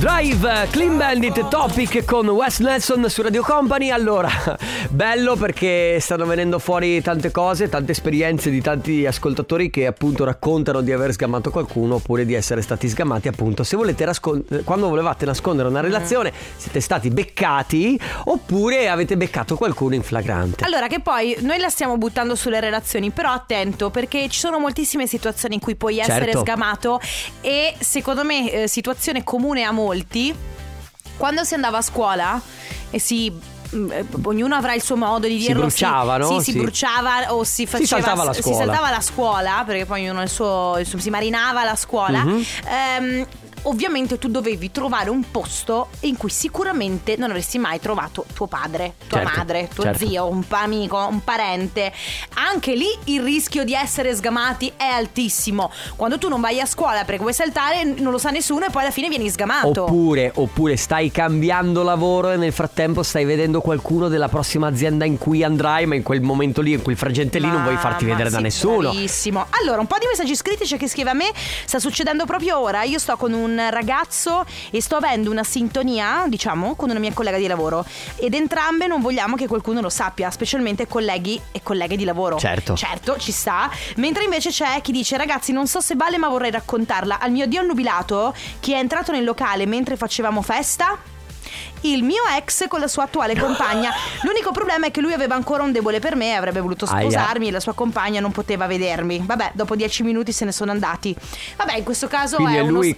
S1: Drive, eh, Clean Bandit, Topic con Wes Nelson su Radio Company. Allora, bello perché stanno venendo fuori tante cose, tante esperienze di tanti ascoltatori che appunto raccontano di aver sgamato qualcuno oppure di essere stati sgamati appunto. Se volete rascon- quando volevate nascondere una relazione siete stati beccati oppure avete beccato qualcuno in flagrante.
S2: Allora, che poi noi la stiamo buttando sulle relazioni, però attento perché ci sono moltissime situazioni in cui puoi essere
S1: Certo.
S2: sgamato e secondo me eh, situazione comune a molti, quando si andava a scuola e si... mm, eh, Ognuno avrà il suo modo di
S1: Si
S2: dirlo.
S1: bruciava, no?
S2: Sì, si
S1: Sì.
S2: bruciava o si faceva.
S1: saltava la scuola.
S2: saltava la scuola, perché poi ognuno il suo. il suo- si marinava la scuola.
S1: Mhm.
S2: Ehm, ovviamente tu dovevi trovare un posto in cui sicuramente non avresti mai trovato tuo padre, tua
S1: Certo,
S2: madre, tuo
S1: certo.
S2: zio, un pa- amico, un parente. Anche lì il rischio di essere sgamati è altissimo. Quando tu non vai a scuola perché vuoi saltare, n- non lo sa nessuno e poi alla fine vieni sgamato.
S1: Oppure, oppure stai cambiando lavoro e nel frattempo stai vedendo qualcuno della prossima azienda in cui andrai, ma in quel momento lì, in quel frangente lì, non vuoi farti
S2: Mamma,
S1: vedere da
S2: sì,
S1: nessuno.
S2: Bravissimo. Allora, un po' di messaggi scritti c'è chi scrive a me. Sta succedendo proprio ora. Io sto con un ragazzo e sto avendo una sintonia, diciamo, con una mia collega di lavoro. Ed entrambe non vogliamo che qualcuno lo sappia, specialmente colleghi e colleghe di lavoro.
S1: Certo.
S2: Certo, ci sta. Mentre invece c'è chi dice: Ragazzi, non so se vale, ma vorrei raccontarla. Al mio dio nubilato, chi è entrato nel locale mentre facevamo festa? Il mio ex con la sua attuale compagna. L'unico problema è che lui aveva ancora un debole per me e avrebbe voluto
S1: Aia.
S2: sposarmi e la sua compagna non poteva vedermi. Vabbè, dopo dieci minuti se ne sono andati. Vabbè, in questo caso
S1: Quindi è
S2: uno
S1: lui
S2: s-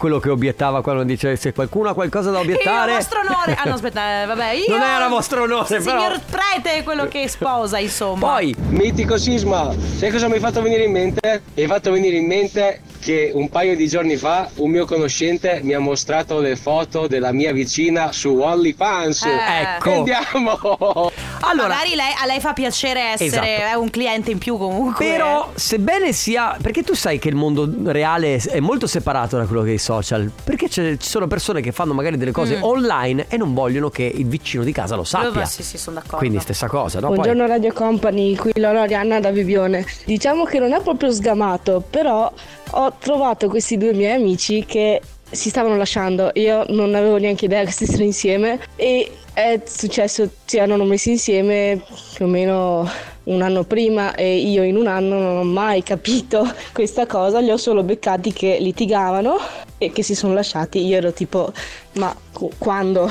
S2: Il vostro onore. Ah no, aspetta, eh, vabbè, io
S1: Non era vostro onore, però.
S2: Signor prete è quello che sposa, insomma.
S1: Poi,
S11: Mitico Sisma, sai cosa mi hai fatto venire in mente? Mi hai fatto venire in mente che un paio di giorni fa un mio conoscente mi ha mostrato le foto della mia vicina su OnlyFans.
S2: Eh. Ecco.
S11: Andiamo!
S1: allora,
S2: magari lei, a lei fa piacere essere
S1: Esatto.
S2: eh, un cliente in più comunque.
S1: Però, sebbene sia. Perché tu sai che il mondo reale è molto separato da quello che è i social. Perché c'è- ci sono persone che fanno magari delle cose
S2: Mm.
S1: online e non vogliono che il vicino di casa lo sappia.
S2: Sì, sì, sono d'accordo.
S1: Quindi, stessa cosa, no? Poi-
S12: Buongiorno Radio Company, qui la Arianna da Bibione. Diciamo che non è proprio sgamato, però ho trovato questi due miei amici che si stavano lasciando. Io non avevo neanche idea che stessero insieme e è successo, si erano messi insieme più o meno un anno prima e io in un anno non ho mai capito questa cosa, li ho solo beccati che litigavano e che si sono lasciati. Io ero tipo, ma qu- quando?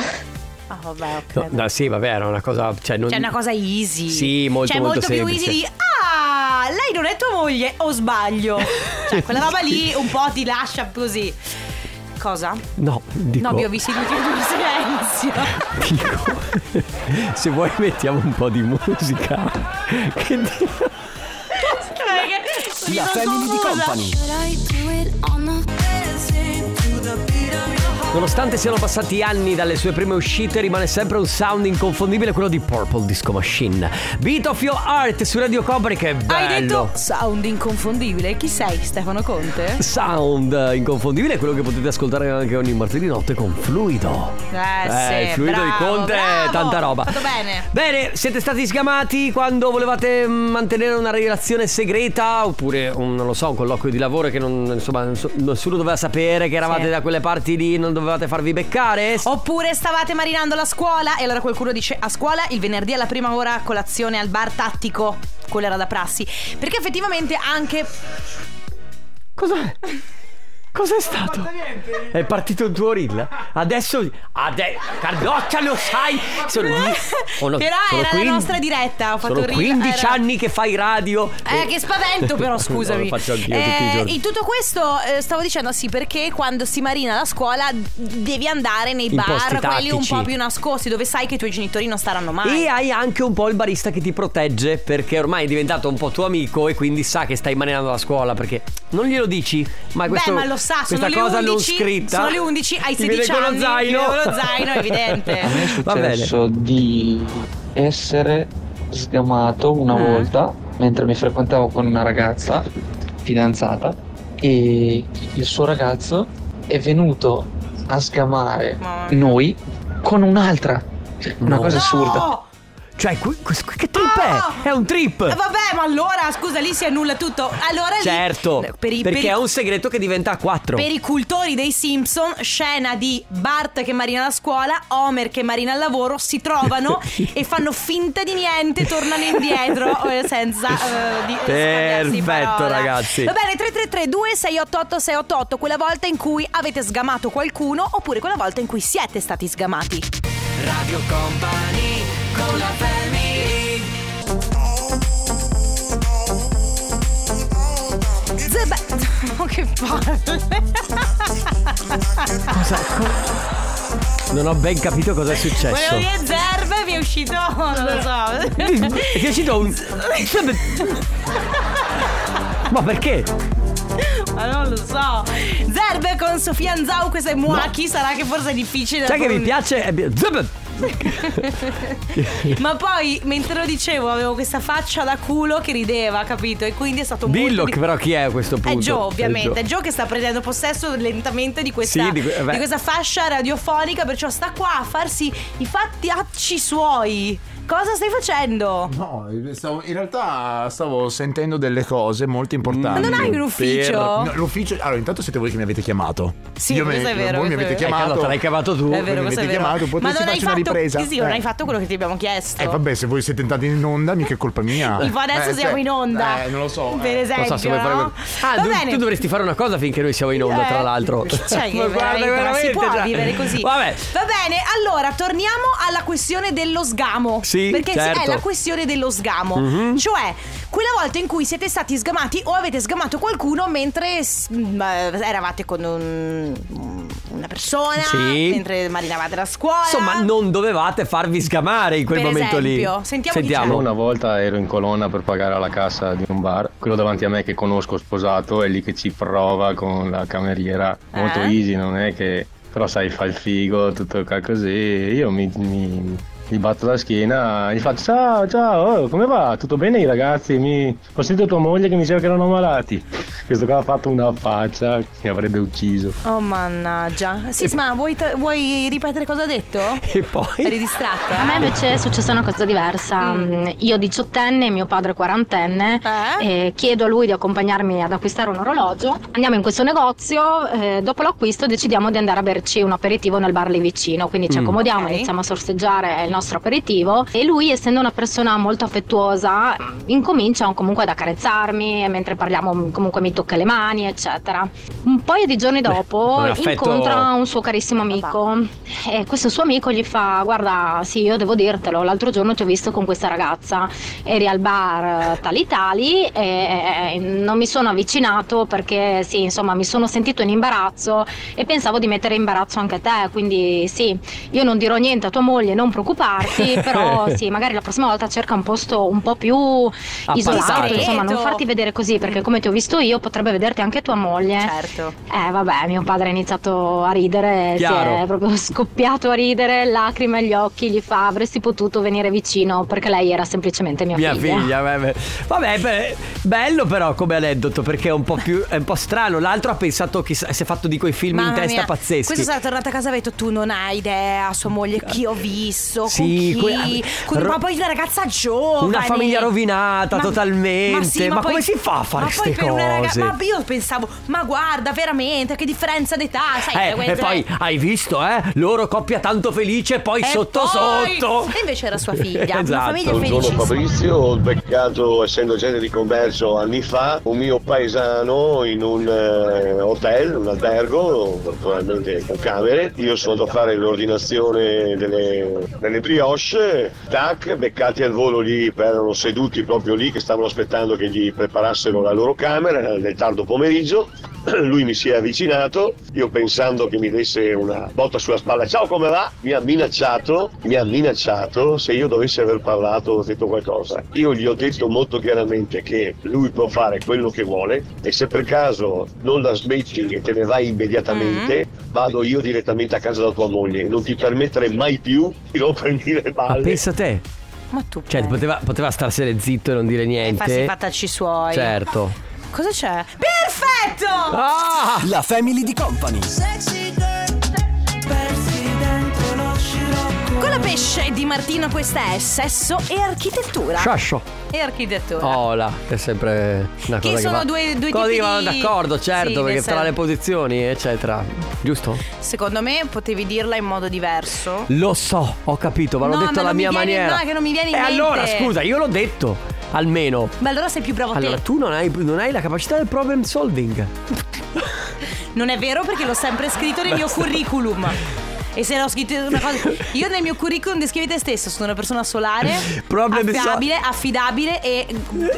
S2: Ah, vabbè, ok.
S1: No, no, sì, vabbè, era una cosa. Cioè, non...
S2: C'è una cosa easy.
S1: Sì, molto,
S2: Cioè,
S1: molto
S2: molto, più
S1: semplice.
S2: easy di Ah, lei non è tua moglie o sbaglio? Cioè, quella roba lì un po' ti lascia così. Cosa?
S1: No, dico.
S2: No, vi ho visto in silenzio.
S1: se vuoi, mettiamo un po' di musica. che
S4: La family di company.
S1: Nonostante siano passati anni dalle sue prime uscite, rimane sempre un sound inconfondibile, quello di Purple Disco Machine. Beat of Your Heart su Radio Company, che bello!
S2: Hai detto sound inconfondibile. Chi sei, Stefano Conte?
S1: Sound eh, inconfondibile, quello che potete ascoltare anche ogni martedì notte con Fluido.
S2: Eh,
S1: Eh,
S2: sì,
S1: il fluido
S2: bravo,
S1: di Conte è
S2: bravo.
S1: tanta roba.
S2: Fatto bene.
S1: Bene, siete stati sgamati quando volevate mm, mantenere una relazione segreta oppure, un- non lo so, un colloquio di lavoro che non, insomma, non so- nessuno doveva sapere che eravate
S2: Sì. Oh,
S1: da quelle parti lì, non dovevate farvi beccare?
S2: Oppure stavate marinando la scuola e allora qualcuno dice a scuola il venerdì alla prima ora colazione al bar tattico. Quella era da prassi. Perché effettivamente anche...
S1: Cos'è? Cos'è stato? È partito il tuo reel? Adesso. Ade- Carlotta, lo sai! Sono di. sono-
S2: Però
S1: sono
S2: era
S1: quin-
S2: la nostra diretta, ho fatto
S1: Sono
S2: reel,
S1: 15
S2: era-
S1: anni che fai radio.
S2: Eh, che spavento però, scusami.
S1: No, lo faccio anch'io
S2: Eh,
S1: tutti i giorni.
S2: In tutto questo eh, stavo dicendo sì, perché quando si marina la scuola d- devi andare nei
S1: In posti
S2: bar, quelli un
S1: tattici.
S2: po' più nascosti, dove sai che i tuoi genitori non staranno mai.
S1: E hai anche un po' il barista che ti protegge perché ormai è diventato un po' tuo amico e quindi sa che stai maneggiando la scuola perché non glielo dici, ma questo,
S2: Beh, ma lo sa, sono
S1: questa
S2: le
S1: cosa
S2: 11,
S1: non scritta.
S2: sono le 11, hai
S1: Ti viene
S2: 16
S1: con
S2: anni,
S1: lo
S2: ti
S1: zaino.
S2: viene con lo zaino, è evidente. A me è
S1: Va bene.
S13: successo di essere sgamato
S2: Eh.
S13: una volta mentre mi frequentavo con una ragazza fidanzata e il suo ragazzo è venuto a sgamare noi con un'altra. Cioè, Una
S1: No.
S13: cosa assurda.
S2: Oh,
S1: Cioè, que- que- che trip è? È un trip.
S2: Eh, Vabbè, ma allora, scusa, lì si annulla tutto. Allora lì-
S1: Certo,
S2: per i- per
S1: perché
S2: i-
S1: è un segreto che diventa a quattro.
S2: Per i cultori dei Simpson, scena di Bart che marina alla scuola, Homer che marina al lavoro, si trovano e fanno finta di niente, tornano indietro eh, senza eh, di, scambiarsi
S1: Perfetto,
S2: parola.
S1: ragazzi.
S2: Va bene, 3332 688 688, quella volta in cui avete sgamato qualcuno oppure quella volta in cui siete stati sgamati.
S4: Radio Company con la family.
S2: Zeb... Oh, che palle.
S1: Cosa? Non ho ben capito cosa è successo.
S2: Volevo dire Zerve, vi è uscito, non lo so.
S1: È piaciuto un. Ma perché?
S2: Ah, non lo so. Zerbe con Sofia Anzau, questa è Muaki, sarà che forse è difficile. da
S1: Sai che mi
S2: pronunciare.
S1: piace? È bi- Zup!
S2: Ma poi, mentre lo dicevo, avevo questa faccia da culo che rideva, capito? E quindi è stato molto.
S1: Dillo
S2: di-
S1: che però chi è a questo punto? Eh,
S2: È Joe, ovviamente.
S1: Joe.
S2: È Joe che sta prendendo possesso lentamente di questa,
S1: Sì, di que- vabbè.
S2: di questa fascia radiofonica, perciò sta qua a farsi i fatti suoi. Cosa stai facendo?
S6: No, stavo- in realtà stavo sentendo delle cose molto importanti.
S2: Ma non hai un ufficio?
S6: No, l'ufficio. Allora, intanto siete voi che mi avete chiamato.
S2: Sì,
S6: Io
S2: questo
S6: me-
S2: è vero,
S6: Voi mi
S2: questo è
S6: avete
S2: vero.
S6: chiamato.
S1: L'hai cavato tu.
S2: è vero,
S6: mi
S2: questo
S6: avete
S2: è vero.
S6: chiamato,
S2: Ma
S6: potresti
S2: non hai
S6: farci una
S2: fatto,
S6: ripresa.
S2: sì, sì, non
S6: Eh.
S2: hai fatto quello che ti abbiamo chiesto.
S6: Eh, vabbè, se voi siete entrati in onda, mica è colpa mia.
S2: Tipo adesso
S6: Eh,
S2: siamo
S6: cioè,
S2: in onda.
S6: Eh, non lo so.
S2: Per
S6: eh.
S2: esempio.
S1: Non so se vuoi fare
S2: no?
S1: Ah,
S2: Va
S1: tu,
S2: bene.
S1: tu dovresti fare una cosa finché noi siamo in onda,
S2: Eh,
S1: tra l'altro.
S2: Cioè, che
S1: Ma
S2: veramente, non si può
S1: cioè.
S2: vivere così.
S1: Vabbè.
S2: Va bene, allora torniamo alla questione dello sgamo.
S1: Sì,
S2: perché
S1: certo.
S2: è la questione dello sgamo.
S1: Mhm.
S2: Cioè, quella volta in cui siete stati sgamati o avete sgamato qualcuno mentre s- mh, eh, eravate con un- una persona,
S1: Sì.
S2: mentre marinavate la scuola.
S1: Insomma, non dovevate farvi sgamare in quel
S2: Per
S1: momento
S2: esempio.
S1: lì.
S2: Sentiamo chi
S1: Sentiamo.
S11: Una volta ero in colonna per pagare alla cassa di un bar, quello davanti a me che conosco sposato è lì che ci prova con la cameriera, molto
S2: Eh?
S11: easy, non è che però sai fa il figo, tutto qua così, io mi, mi- gli batto la schiena, gli faccio ciao ciao, oh, come va? Tutto bene i ragazzi? Mi... Ho sentito tua moglie che mi diceva che erano malati. Questo qua ha fatto una faccia che mi avrebbe ucciso.
S2: Oh mannaggia. Sisma, vuoi, t- vuoi ripetere cosa ha detto?
S1: E poi?
S2: Eri distratta?
S14: A me invece è successa una cosa diversa. Mm, Io diciottenne, mio padre quarantenne, eh, chiedo a lui di accompagnarmi ad acquistare un orologio. Andiamo in questo negozio, eh, dopo l'acquisto decidiamo di andare a berci un aperitivo nel bar lì vicino, quindi ci
S15: Mm.
S14: accomodiamo,
S15: Ok.
S14: iniziamo a sorseggiare il nostro aperitivo e lui essendo una persona molto affettuosa incomincia comunque ad accarezzarmi e mentre parliamo comunque mi tocca le mani eccetera. Un paio di giorni dopo
S15: un affetto-
S14: incontra un suo carissimo amico e questo suo amico gli fa guarda sì io devo dirtelo l'altro giorno ti ho visto con questa ragazza eri al bar eh, tali tali e eh, non mi sono avvicinato perché sì insomma mi sono sentito in imbarazzo e pensavo di mettere in imbarazzo anche te quindi sì io non dirò niente a tua moglie non preoccuparti però sì magari la prossima volta cerca un posto un po' più isolato
S15: Appassato.
S14: insomma non
S15: Discreto.
S14: farti vedere così perché come ti ho visto io potrebbe vederti anche tua moglie
S2: certo
S14: eh vabbè mio padre ha iniziato a ridere
S15: Chiaro.
S14: si è proprio scoppiato a ridere lacrime agli occhi gli fa avresti potuto venire vicino perché lei era semplicemente mia,
S1: Mia figlia, vabbè. Vabbè, beh, bello però come aneddoto perché è un po' più è un po' strano. L'altro ha pensato che si è fatto di quei film in
S2: Mamma
S1: testa
S2: mia.
S1: pazzeschi.
S2: Questo sarà tornato a casa e ha detto: Tu non hai idea, sua moglie, chi ho visto,
S1: Sì,
S2: con
S1: que-
S2: chi, con-
S1: ro-
S2: ma poi una ragazza giovane.
S1: Una famiglia rovinata
S2: Ma-
S1: totalmente.
S2: Ma, sì, ma,
S1: Ma
S2: poi-
S1: come si fa a fare
S2: ma poi
S1: ste
S2: per una raga-
S1: cose?
S2: ma io pensavo, ma guarda, veramente, che differenza d'età, sai?
S1: Eh,
S2: quelle-
S1: e poi hai visto, eh? Loro coppia tanto felice, poi
S2: E
S1: sotto
S2: poi-
S1: sotto.
S2: E invece era sua figlia, una
S1: Esatto.
S2: famiglia
S7: Buongiorno
S2: felicissima.
S7: Fabrizio, ho beccato, essendo agente di commercio anni fa, un mio paesano in un eh, hotel, un albergo, naturalmente con camere. Io sono andato a fare l'ordinazione delle, delle brioche, tac, beccati al volo lì, erano seduti proprio lì che stavano aspettando che gli preparassero la loro camera nel tardo pomeriggio. Lui mi si è avvicinato, io pensando che mi desse una botta sulla spalla, ciao come va? Mi ha minacciato, mi ha minacciato se io dovessi aver parlato o detto qualcosa. Io gli ho detto molto chiaramente che lui può fare quello che vuole e se per caso non la smetti e te ne vai immediatamente,
S1: Mm.
S7: vado io direttamente a casa da tua moglie, non ti permettere mai più di rompermi le
S1: Ma
S7: balle.
S1: pensa te.
S2: Ma tu.
S1: Cioè, poteva, poteva starsene zitto e non
S2: Eh,
S1: dire niente.
S2: Farsi i fattacci suoi.
S1: Certo. Ah!
S2: Cosa c'è? Perfetto! Ah!
S3: La family di company.
S2: Con la pesce di Martino questa è sesso e architettura.
S1: Sciascio.
S2: E architettura.
S1: Ola, che è sempre una cosa
S2: Che
S1: che
S2: sono
S1: va-
S2: due- due
S1: Cose
S2: tipi
S1: che vanno
S2: di-
S1: d'accordo, certo,
S2: Sì, nel
S1: perché tra
S2: senso-
S1: le posizioni, eccetera. Giusto?
S2: Secondo me potevi dirla in modo diverso.
S1: Lo so, ho capito, ma l'ho
S2: No,
S1: detto
S2: ma
S1: alla
S2: non mi
S1: mia
S2: viene-
S1: maniera.
S2: no, che non mi viene in
S1: e
S2: mente.
S1: allora, scusa, io l'ho detto, almeno.
S2: Beh, allora sei più bravo
S1: Allora,
S2: te.
S1: tu non hai, non hai la capacità del problem solving.
S2: Non è vero perché l'ho sempre scritto nel mio
S1: Basta.
S2: curriculum. E se l'ho scritto una cosa. Io nel mio curriculum descrivi te stesso, sono una persona solare,
S1: Problem sol-
S2: affidabile, affidabile e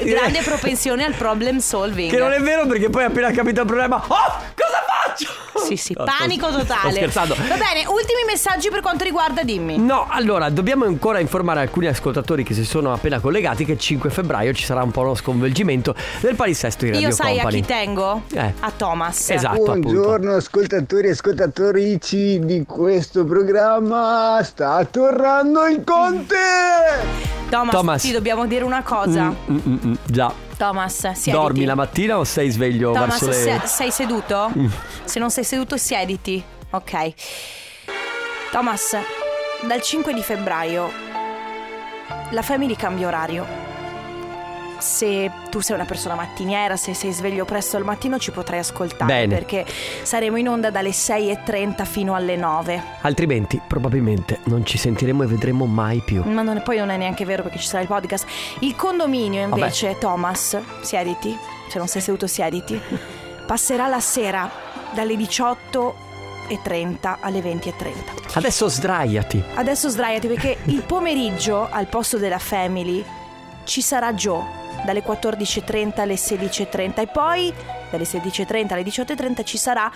S2: grande propensione al problem solving.
S1: Che non è vero perché poi appena capito il problema... Oh, cosa abbraccio.
S2: Sì, sì,
S1: No, sto-
S2: panico totale.
S1: sto scherzando.
S2: Va bene, ultimi messaggi per quanto riguarda Dimmi.
S1: No, allora dobbiamo ancora informare alcuni ascoltatori che si sono appena collegati che il 5 febbraio ci sarà un po' uno sconvolgimento del palisesto in Radio
S2: Io sai
S1: Company.
S2: a chi tengo?
S1: Eh.
S2: A Thomas.
S1: Esatto,
S15: Buongiorno ascoltatori e ascoltatrici di questo programma, sta tornando il Conte!
S2: Thomas,
S1: Thomas.
S2: ti dobbiamo dire una cosa.
S1: Mm, mm, mm, già.
S2: Thomas, siediti.
S1: Dormi la mattina o sei sveglio
S2: Thomas,
S1: verso le
S2: se- sei seduto?
S1: Mm.
S2: Se non sei seduto, siediti. Ok. Thomas, dal 5 di febbraio la Family cambia orario. Se tu sei una persona mattiniera, se sei sveglio presto al mattino ci potrai ascoltare
S1: Bene.
S2: perché saremo in onda dalle 6.30 fino alle 9.
S1: Altrimenti probabilmente non ci sentiremo e vedremo mai più.
S2: Ma non è- poi non è neanche vero perché ci sarà il podcast. Il condominio invece, Thomas, siediti, se non sei seduto siediti, passerà la sera dalle 18.30 alle 20.30.
S1: Adesso sdraiati.
S2: Adesso sdraiati perché il pomeriggio al posto della family ci sarà Joe dalle 14.30 alle 16.30 e poi dalle 16.30 alle 18.30 ci sarà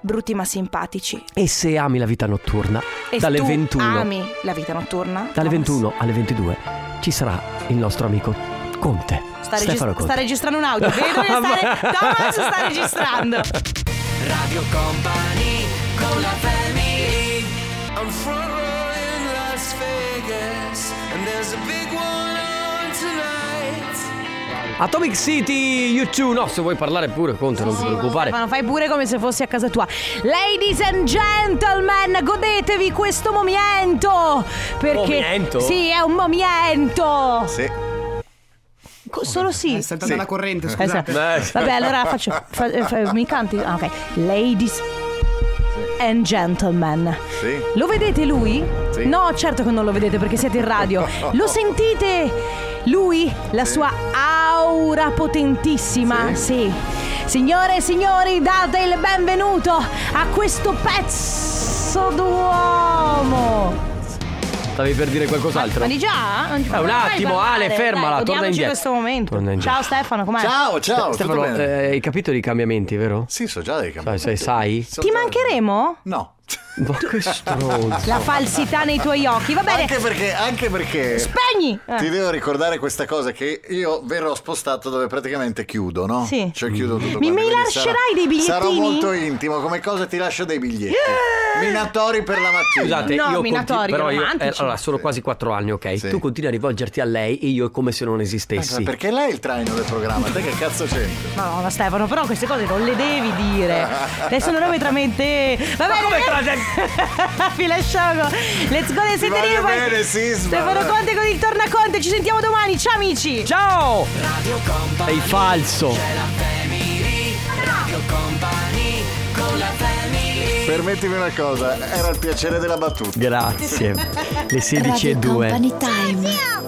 S2: Brutti ma simpatici.
S1: E se ami la vita notturna,
S2: E
S1: dalle
S2: tu
S1: 21
S2: ami la vita notturna?
S1: dalle
S2: Thomas?
S1: 21 alle 22 ci sarà il nostro amico Conte.
S2: Sta, regis-
S1: Stefano
S2: sta
S1: Conte.
S2: registrando un audio. Vedo che stare- Thomas sta registrando.
S4: Radio Company con la family. I'm front row in Las Vegas and there's a big one on tonight.
S1: Atomic City YouTube. No, se vuoi parlare pure Conte, non ti preoccupare.
S2: Ma fai pure come se fossi a casa tua. Ladies and gentlemen, godetevi questo momento. Perché.
S1: Momento?
S2: Sì, è un momento.
S6: Sì.
S2: Co- Solo sì. È
S8: saltata Sì. la corrente, scusate.
S2: Eh, sì. Vabbè, allora faccio. fa- eh, fa- mi canti. Ah, ok. Ladies and gentlemen.
S16: Sì.
S2: Lo vedete lui?
S16: Sì.
S2: No, certo che non lo vedete perché siete in radio. Lo sentite? Lui, la sua aura potentissima. Sì. Signore e signori, date il benvenuto a questo pezzo d'uomo.
S1: Stavi per dire qualcos'altro.
S2: Ma di già? Non ci
S1: Eh, un
S2: mai
S1: attimo,
S2: parlare.
S1: Ale, fermala,
S2: Dai,
S1: torna
S2: godiamoci
S1: indietro.
S2: questo momento.
S1: Torna indietro.
S2: Ciao Stefano, com'è?
S1: Ste- Stefano, eh, hai capito i cambiamenti, vero? Sì, so già dei cambiamenti. Sai, sai?
S2: Ti mancheremo?
S16: No.
S1: Ma che stronzo.
S2: La falsità nei tuoi occhi, va bene.
S16: Anche perché, anche perché
S2: Spegni! Eh.
S16: ti devo ricordare questa cosa che io verrò spostato dove praticamente chiudo, no?
S2: Sì.
S16: Cioè chiudo tutto.
S2: Mi-
S16: quanto,
S2: mi
S16: quindi
S2: lascerai
S16: sarà-
S2: dei bigliettini?
S16: Sarò molto intimo, come cosa ti lascio dei biglietti. Minatori per la mattina.
S2: Esatto.
S1: Scusate, io conti- però io, eh,
S16: romantici.
S1: allora, sono quasi quattro anni, ok? Tu continui a rivolgerti a lei e io è come se non esistessi.
S16: Pensa, perché lei è il traino del programma? Te che cazzo c'entri?
S2: No, no, Stefano, però queste cose non le devi dire. Adesso non robe tra me e te. Va bene. come tra te? Fila sciago. Let's go nel sentirino.
S16: bene, Sisma.
S2: Stefano Conte con il tornaconte. Ci sentiamo domani. Ciao amici.
S1: Ciao. Sei falso.
S4: Radio Company con la family.
S16: Permettimi una cosa, era il piacere della battuta.
S1: Grazie. Le 16 e 2.
S4: Time.